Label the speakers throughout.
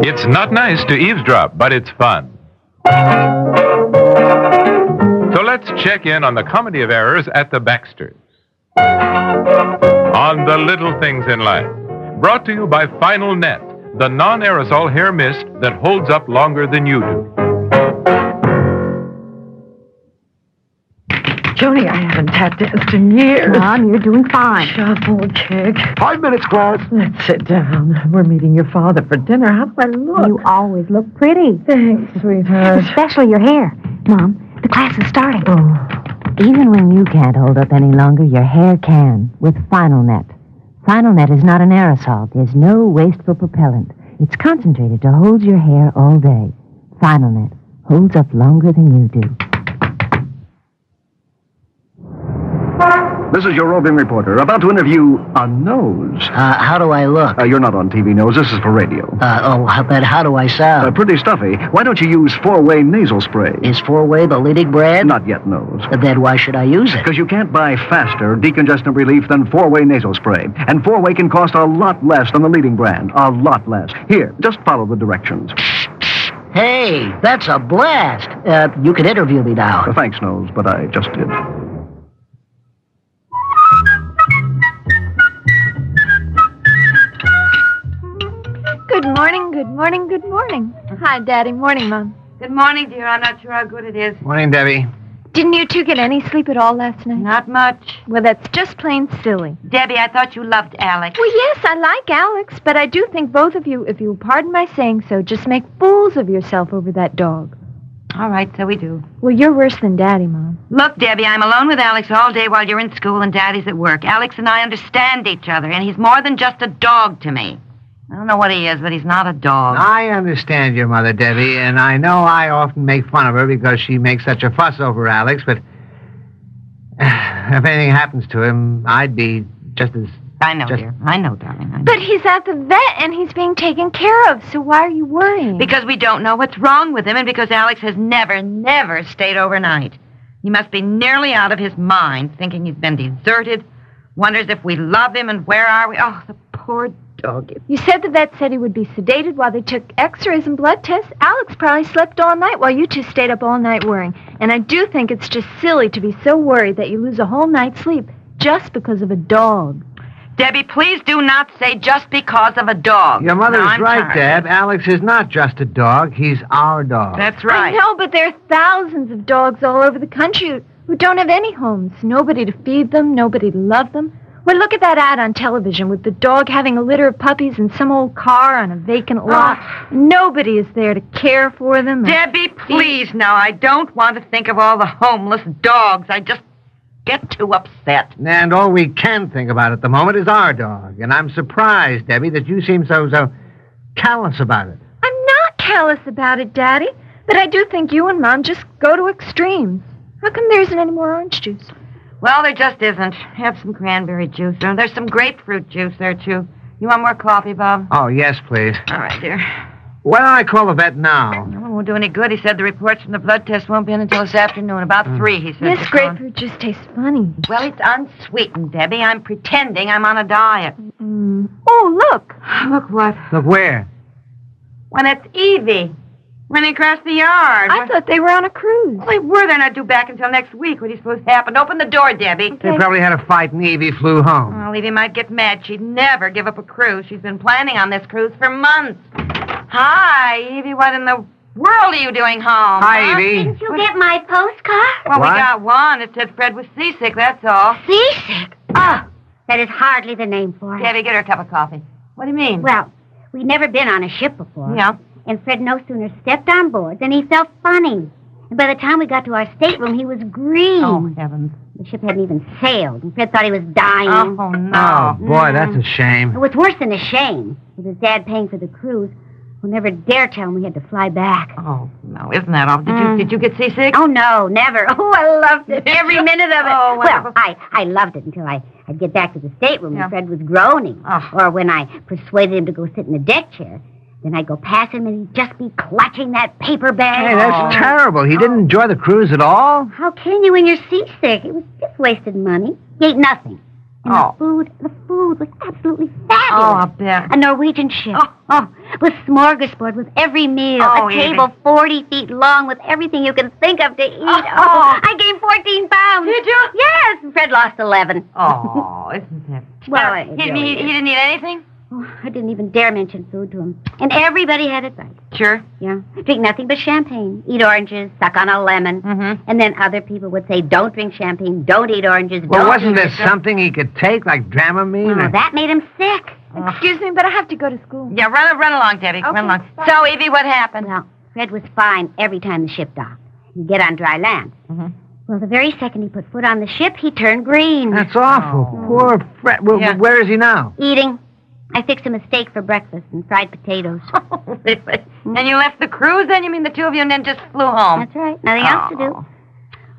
Speaker 1: It's not nice to eavesdrop, but it's fun. So let's check in on the comedy of errors at the Baxters. On the little things in life. Brought to you by Final Net, the non aerosol hair mist that holds up longer than you do.
Speaker 2: Joni, I haven't tap danced in years.
Speaker 3: Mom, you're doing fine.
Speaker 2: Shuffle, kick.
Speaker 4: Five minutes, class.
Speaker 2: Let's sit down. We're meeting your father for dinner. How do I look?
Speaker 3: You always look pretty,
Speaker 2: Thanks, sweetheart.
Speaker 3: especially your hair. Mom, the class is starting.
Speaker 2: Oh,
Speaker 5: Even when you can't hold up any longer, your hair can with Final Net. Final Net is not an aerosol. There's no wasteful propellant. It's concentrated to hold your hair all day. Final Net holds up longer than you do.
Speaker 4: This is your roving reporter, about to interview a nose.
Speaker 6: Uh, how do I look?
Speaker 4: Uh, you're not on TV, nose. This is for radio.
Speaker 6: Uh, oh, how- but how do I
Speaker 4: Uh,
Speaker 7: Oh.
Speaker 6: sound?
Speaker 4: pretty stuffy. Why don't you use four-way nasal spray?
Speaker 6: Is four-way the leading brand?
Speaker 4: Not yet, nose.
Speaker 6: Then why should I use it?
Speaker 4: Because you can't buy faster decongestant relief than four-way nasal spray. And four-way can cost a lot less than the leading brand. A lot less. Here, just follow the directions.
Speaker 6: Hey, that's a blast. Uh, you can interview me
Speaker 4: Uh,
Speaker 6: now.
Speaker 4: thanks, Nose, but I just did.
Speaker 8: Good morning, good morning, good morning. Hi, Daddy. Morning, Mom.
Speaker 7: Good morning, dear. I'm not sure how good it is.
Speaker 6: Morning, Debbie.
Speaker 8: Didn't you two get any sleep at all last night?
Speaker 7: Not much.
Speaker 8: Well, that's just plain silly.
Speaker 7: Debbie, I thought you loved Alex.
Speaker 8: Well, yes, I like Alex, but I do think both of you, if you'll pardon my saying so, just make fools of yourself over that dog.
Speaker 7: All right, so we do.
Speaker 8: Well, you're worse than Daddy, Mom.
Speaker 7: Look, Debbie, I'm alone with Alex all day while you're in school and Daddy's at work. Alex and I understand each other, and he's more than just a dog to me. I don't know what he is, but he's not a dog.
Speaker 9: I understand your mother, Debbie, and I know I often make fun of her because she makes such a fuss over Alex, but if anything happens to him, I'd be just as.
Speaker 7: I know,
Speaker 9: Just-
Speaker 7: dear. I know, darling. I know.
Speaker 8: But he's at the vet and he's being taken care of, so why are you
Speaker 9: Mm-hmm.
Speaker 8: worrying?
Speaker 7: Because we don't know what's wrong with him, and because Alex has never, never stayed overnight. He must be nearly out of his mind, thinking he's been deserted, wonders if we love him and where are we. Oh, the poor dog.
Speaker 8: you said the vet said he would be sedated while they took x-rays and blood tests. Alex probably slept all night while you two stayed up all night worrying. And I do think it's just silly to be so worried that you lose a whole night's sleep just because of a dog.
Speaker 7: Debbie, please do not say just because of a dog.
Speaker 9: Your mother's
Speaker 7: No, I'm
Speaker 9: right,
Speaker 7: tired.
Speaker 9: Deb. Alex is not just a dog, he's our dog.
Speaker 7: That's right.
Speaker 8: I know, but there are thousands of dogs all over the country who don't have any homes. Nobody to feed them, nobody to love them. Well, look at that ad on television with the dog having a litter of puppies in some old car on a vacant lot. Nobody is there to care for them. and-
Speaker 7: Debbie, please, now, I don't want to think of all the homeless dogs. I just get too upset.
Speaker 9: And all we can think about at the moment is our dog, and I'm surprised, Debbie, that you seem so, so callous about it.
Speaker 8: I'm not callous about it, Daddy, but I do think you and Mom just go to extremes. How come there isn't any more orange juice?
Speaker 7: Well, there just isn't. Have some cranberry juice. Oh, There's some grapefruit juice there, too. You want more coffee, Bob?
Speaker 9: Oh, yes, please.
Speaker 7: All right, dear.
Speaker 9: Why don't I call the vet now?
Speaker 7: Well, it won't do any good. He said the reports from the blood test won't be in until this afternoon. About
Speaker 9: Hmm.
Speaker 7: three, he said.
Speaker 8: this
Speaker 7: just now.
Speaker 8: grapefruit just tastes funny.
Speaker 7: Well, it's unsweetened, Debbie. I'm pretending I'm on a diet.
Speaker 8: Oh, look.
Speaker 7: Look what?
Speaker 9: Look, where?
Speaker 7: When it's Evie. Running across the yard.
Speaker 8: I thought they were on a cruise.
Speaker 7: Well, they were. They're not due back until next week. What do you suppose happened? Open the door, Debbie.
Speaker 9: They probably had a fight and Evie flew home.
Speaker 7: Well, Evie might get mad. She'd never give up a cruise. She's been planning on this cruise for months. Hi, Evie. What in the world are you doing home?
Speaker 9: Hi,
Speaker 7: huh?
Speaker 9: Evie.
Speaker 3: You get my postcard?
Speaker 7: Well,
Speaker 9: What?
Speaker 7: we got one. It said Fred was seasick, that's all.
Speaker 3: Seasick. Oh, that is hardly the name for it.
Speaker 7: Debbie, get her a cup of coffee. What do you mean?
Speaker 3: Well, we've never been on a ship before.
Speaker 7: yeah.
Speaker 3: And Fred no sooner stepped on board than he felt funny. And by the time we got to our stateroom, he was green.
Speaker 7: Oh, heavens.
Speaker 3: The ship hadn't even sailed, and Fred thought he was dying.
Speaker 7: Oh, no.
Speaker 9: Oh, boy, that's a shame.
Speaker 3: It was worse than a shame. With his dad paying for the cruise, we'll never dare tell him we had to fly back.
Speaker 7: Oh, no. Isn't that awful? Did, you, did you get seasick?
Speaker 3: Oh no, never. Oh, I loved it. Every minute of it.
Speaker 7: Oh, wonderful.
Speaker 3: well, I, I loved it until I, I'd get back to the stateroom
Speaker 7: Yeah.
Speaker 3: and Fred was groaning.
Speaker 7: Oh.
Speaker 3: Or when I persuaded him to go sit in the deck chair. Then I'd go past him and he'd just be clutching that paper bag. Oh.
Speaker 9: Hey, that's terrible. He didn't enjoy the cruise at all.
Speaker 3: How can you when you're seasick? It was just wasted money. He ate nothing. And
Speaker 7: Oh.
Speaker 3: the food, the food was absolutely fabulous.
Speaker 7: Oh, I bet.
Speaker 3: A Norwegian ship.
Speaker 7: Oh, oh.
Speaker 3: With smorgasbord with every meal.
Speaker 7: Oh,
Speaker 3: a
Speaker 7: Evie.
Speaker 3: table 40 feet long with everything you can think of to eat.
Speaker 7: Oh.
Speaker 3: I gained 14 pounds.
Speaker 7: Did you?
Speaker 3: Yes. and Fred lost 11.
Speaker 7: Oh, isn't that
Speaker 3: Well,
Speaker 7: terrible?
Speaker 3: it
Speaker 7: he,
Speaker 3: really
Speaker 7: he, he
Speaker 3: is.
Speaker 7: didn't eat anything?
Speaker 3: Oh, I didn't even dare mention food to him. And everybody had it right.
Speaker 7: Sure.
Speaker 3: Yeah. Drink nothing but champagne. Eat oranges. Suck on a lemon.
Speaker 7: Mm-hmm.
Speaker 3: And then other people would say, don't drink champagne. Don't eat oranges.
Speaker 9: Well,
Speaker 3: don't
Speaker 9: wasn't
Speaker 3: eat
Speaker 9: there something he could take, like Dramamine?
Speaker 3: Oh,
Speaker 9: or-
Speaker 3: that made him sick.
Speaker 8: Excuse me, but I have to go to school.
Speaker 7: Yeah, run, run along, Debbie.
Speaker 8: Okay,
Speaker 7: run along.
Speaker 8: bye.
Speaker 7: So, Evie, what happened?
Speaker 3: Well, Fred was fine every time the ship docked. He'd get on dry land.
Speaker 7: Mhm.
Speaker 3: Well, the very second he put foot on the ship, he turned green.
Speaker 7: Uh.
Speaker 9: That's awful. Poor Fred. Well,
Speaker 7: Yeah.
Speaker 9: Where is he now?
Speaker 3: Eating. I fixed him a steak for breakfast and fried potatoes.
Speaker 7: and you left the cruise then? You mean the two of you and then just flew home?
Speaker 3: That's right. Nothing else to do.
Speaker 7: Oh.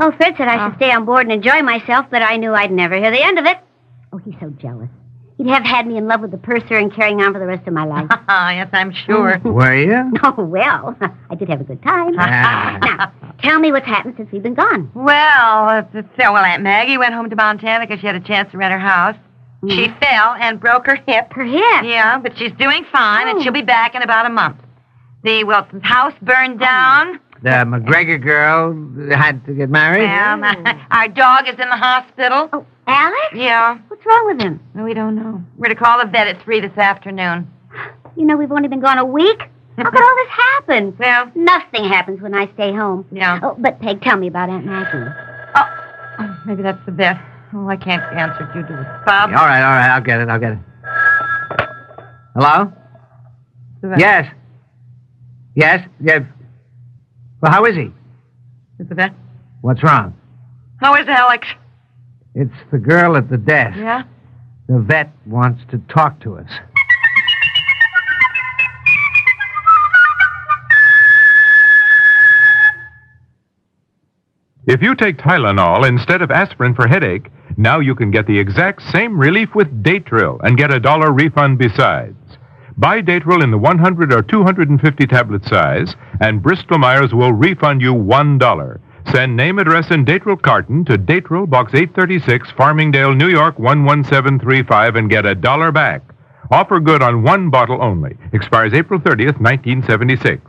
Speaker 3: Oh, Fred said I should stay on board and enjoy myself, but I knew I'd never hear the end of it. Oh, he's so jealous. He'd have had me in love with the purser and carrying on for the rest of my life.
Speaker 7: Oh. yes, I'm sure.
Speaker 9: Were you?
Speaker 3: oh, well, I did have a good time.
Speaker 9: Ah.
Speaker 3: now, tell me what's happened since we've been gone.
Speaker 7: Well, uh, so, well, Aunt Maggie went home to Montana because she had a chance to rent her house. She fell and broke her hip.
Speaker 3: Her hip.
Speaker 7: Yeah, but she's doing fine,
Speaker 3: Oh.
Speaker 7: and she'll be back in about a month. The Wilson's house burned down.
Speaker 9: The McGregor girl had to get married?
Speaker 7: Um, our dog is in the hospital.
Speaker 3: Oh, Alex?
Speaker 7: Yeah,
Speaker 3: What's wrong with him?
Speaker 7: we don't know. We're to call the vet at three this afternoon.
Speaker 3: You know, we've only been gone a week. How could all this happen?
Speaker 7: Well,
Speaker 3: Nothing happens when I stay home.
Speaker 7: yeah.
Speaker 3: Oh, but Peg, tell me about Aunt Maggie.
Speaker 7: Oh, maybe that's the vet. Oh, I can't answer due to the
Speaker 9: All
Speaker 7: Bob.
Speaker 9: right, all right. I'll get it. I'll get it. Hello?
Speaker 7: the vet-
Speaker 9: Yes. Yes? Yeah. Well, how is he?
Speaker 7: Is the vet?
Speaker 9: What's wrong?
Speaker 7: How is Alex?
Speaker 9: It's the girl at the desk.
Speaker 7: Yeah?
Speaker 9: The vet wants to talk to us.
Speaker 1: If you take Tylenol instead of aspirin for headache, now you can get the exact same relief with Daytrill and get a dollar refund besides. Buy Daytrill in the 100 or 250 tablet size, and Bristol Myers will refund you $1. Send name, address, and Daytrill carton to Daytrill Box 836, Farmingdale, New York 11735, and get a dollar back. Offer good on one bottle only. Expires April 30th, 1976.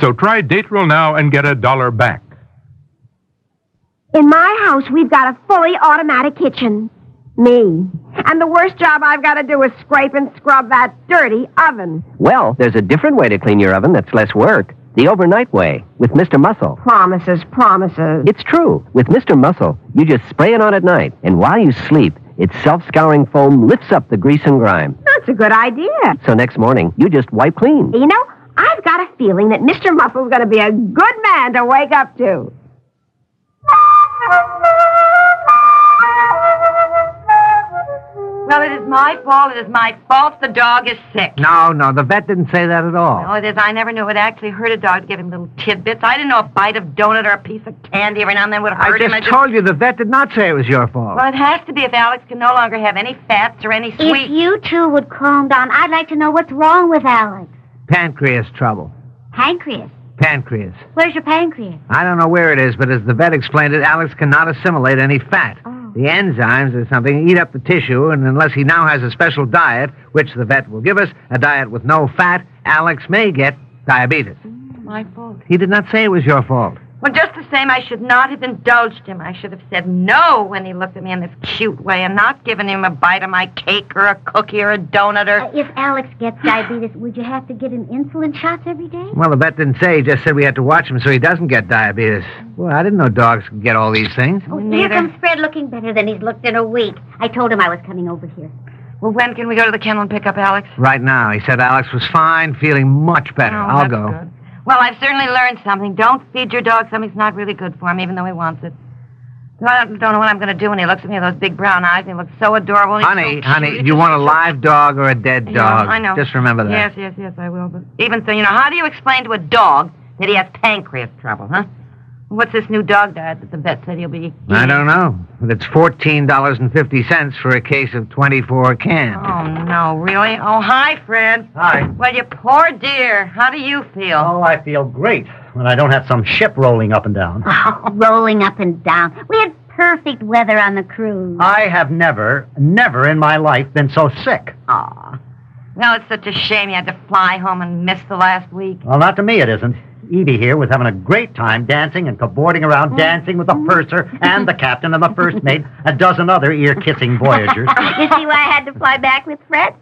Speaker 1: So try Daytrill now and get a dollar back.
Speaker 10: In my house, we've got a fully automatic kitchen. Me. And the worst job I've got to do is scrape and scrub that dirty oven.
Speaker 6: Well, there's a different way to clean your oven that's less work. The overnight way, with Mr. Muscle.
Speaker 10: Promises, promises.
Speaker 6: It's true. With Mr. Muscle, you just spray it on at night, and while you sleep, its self scouring foam lifts up the grease and grime.
Speaker 10: That's a good idea.
Speaker 6: So next morning, you just wipe clean.
Speaker 10: You know, I've got a feeling that Mr. Muscle's going to be a good man to wake up to.
Speaker 7: Well, it is my fault. It is my fault. The dog is sick.
Speaker 9: No, no, the vet didn't say that at all.
Speaker 7: Oh, it is. I never knew it actually hurt a dog to give him little tidbits. I didn't know a bite of donut or a piece of candy every now and then would
Speaker 9: I
Speaker 7: hurt him.
Speaker 9: just told you the vet did not say it was your fault.
Speaker 7: Well, it has to be if Alex can no longer have any fats or any
Speaker 3: If
Speaker 7: sweets.
Speaker 3: you two would calm down, I'd like to know what's wrong with Alex.
Speaker 9: Pancreas trouble.
Speaker 3: Pancreas.
Speaker 9: Pancreas.
Speaker 3: Where's your pancreas?
Speaker 9: I don't know where it is, but as the vet explained it, Alex cannot assimilate any fat.
Speaker 3: Oh.
Speaker 9: The enzymes or something eat up the tissue, and unless he now has a special diet, which the vet will give us, a diet with no fat, Alex may get diabetes.
Speaker 7: My fault.
Speaker 9: He did not say it was your fault.
Speaker 7: Well, just the same, I should not have indulged him. I should have said no when he looked at me in this cute way and not given him a bite of my cake or a cookie or a donut or.
Speaker 3: Uh, if Alex gets diabetes, would you have to get him insulin shots every day?
Speaker 9: Well, the vet didn't say. He just said we had to watch him so he doesn't get diabetes. Well, I didn't know dogs could get all these things.
Speaker 3: Oh, here comes Fred looking better than he's looked in a week. I told him I was coming over here.
Speaker 7: Well, when can we go to the kennel and pick up Alex?
Speaker 9: Right now, he said Alex was fine, feeling much better.
Speaker 7: Oh,
Speaker 9: I'll
Speaker 7: that's
Speaker 9: go.
Speaker 7: good. Well, I've certainly learned something. Don't feed your dog something that's not really good for him, even though he wants it. I don't, don't know what I'm going to do when he looks at me with those big brown eyes. and He looks so adorable. and he's
Speaker 9: Honey,
Speaker 7: so
Speaker 9: honey,
Speaker 7: cute.
Speaker 9: you want a live dog or a dead dog?
Speaker 7: Yeah, I know.
Speaker 9: Just remember that.
Speaker 7: Yes, yes, yes, I will. But even so, you know, how do you explain to a dog that he has pancreas trouble, huh? What's this new dog diet that the vet said he'll be?
Speaker 9: I
Speaker 7: eating?
Speaker 9: don't know. But it's fourteen dollars and fifty cents for a case of twenty-four cans.
Speaker 7: Oh no, really? Oh, hi, Fred.
Speaker 11: Hi.
Speaker 7: Well, you poor dear. How do you feel?
Speaker 11: Oh, I feel great when I don't have some ship rolling up and down.
Speaker 3: Rolling up and down. We had perfect weather on the cruise.
Speaker 11: I have never, never in my life been so sick.
Speaker 7: Aw. No, it's such a shame you had to fly home and miss the last week.
Speaker 11: Well, not to me, it isn't. Edie here was having a great time dancing and cavorting around, dancing with the purser and the captain and the first mate, a dozen other ear kissing voyagers.
Speaker 3: you see why I had to fly back with Fred?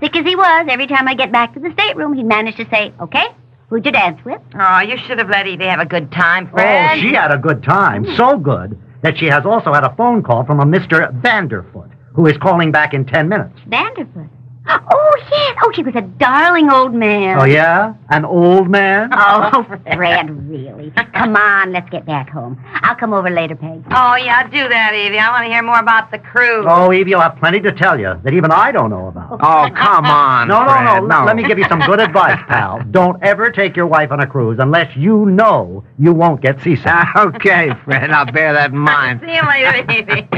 Speaker 3: Sick as he was, every time I get back to the stateroom, he'd manage to say, okay, who'd you dance with?
Speaker 7: Oh, you should have let Edie have a good time,
Speaker 11: Oh,
Speaker 7: Fred.
Speaker 11: she had a good time.
Speaker 9: Hmm.
Speaker 11: So good that she has also had a phone call from a Mr. Vanderfoot, who is calling back in ten minutes.
Speaker 3: Vanderfoot. Oh, yes. Oh, he was a darling old man.
Speaker 11: Oh, yeah? An old man?
Speaker 9: Uh,
Speaker 3: Oh, Fred, really. Come on, let's get back home. I'll come over later, Peg.
Speaker 7: Oh, yeah, do that, Evie. I want to hear more about the cruise.
Speaker 11: Oh, Evie, you'll have plenty to tell you that even I don't know about.
Speaker 9: Oh, come on.
Speaker 11: No, no, no,
Speaker 9: Fred,
Speaker 11: Let- Let me give you some good advice, pal. Don't ever take your wife on a cruise unless you know you won't get seasick.
Speaker 9: okay, Fred. I'll bear that in mind.
Speaker 7: See you later, Evie.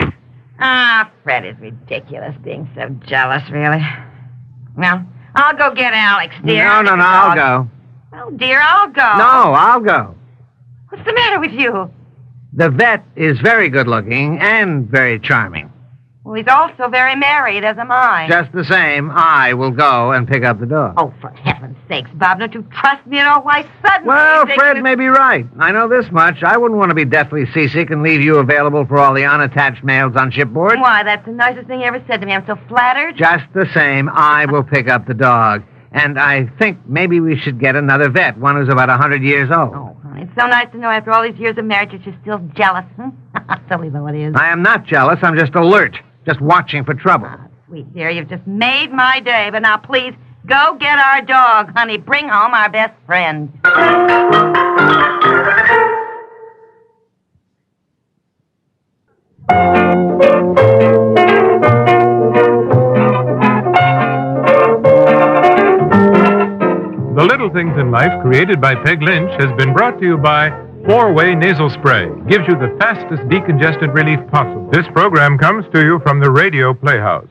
Speaker 7: Ah, Fred is ridiculous being so jealous, really. Well, I'll go get Alex, dear.
Speaker 9: No, no, no. I'll go.
Speaker 7: Oh, dear, I'll go.
Speaker 9: No, I'll go.
Speaker 7: What's the matter with you?
Speaker 9: The vet is very good looking and very charming.
Speaker 7: Well, he's also very married, as am I.
Speaker 9: Just the same, I will go and pick up the dog.
Speaker 7: Oh, for heaven's sakes, Bob, don't you trust me at all? Why, suddenly...
Speaker 9: Well,
Speaker 7: ridiculous-
Speaker 9: Fred may be right. I know this much. I wouldn't want to be deathly seasick and leave you available for all the unattached males on shipboard.
Speaker 7: Why, that's the nicest thing you ever said to me. I'm so flattered.
Speaker 9: Just the same, I will pick up the dog. And I think maybe we should get another vet, one who's about a 100 years old.
Speaker 7: Oh, It's so nice to know after all these years of marriage that you're still jealous. Hmm? Silly though it is.
Speaker 9: I am not jealous. I'm just alert, just watching for trouble.
Speaker 7: Sweet dear, you've just made my day. But now, please, go get our dog, honey. Bring home our best friend.
Speaker 1: The Little Things in Life, created by Peg Lynch, has been brought to you by Four Way Nasal Spray. Gives you the fastest decongestant relief possible. This program comes to you from the Radio Playhouse.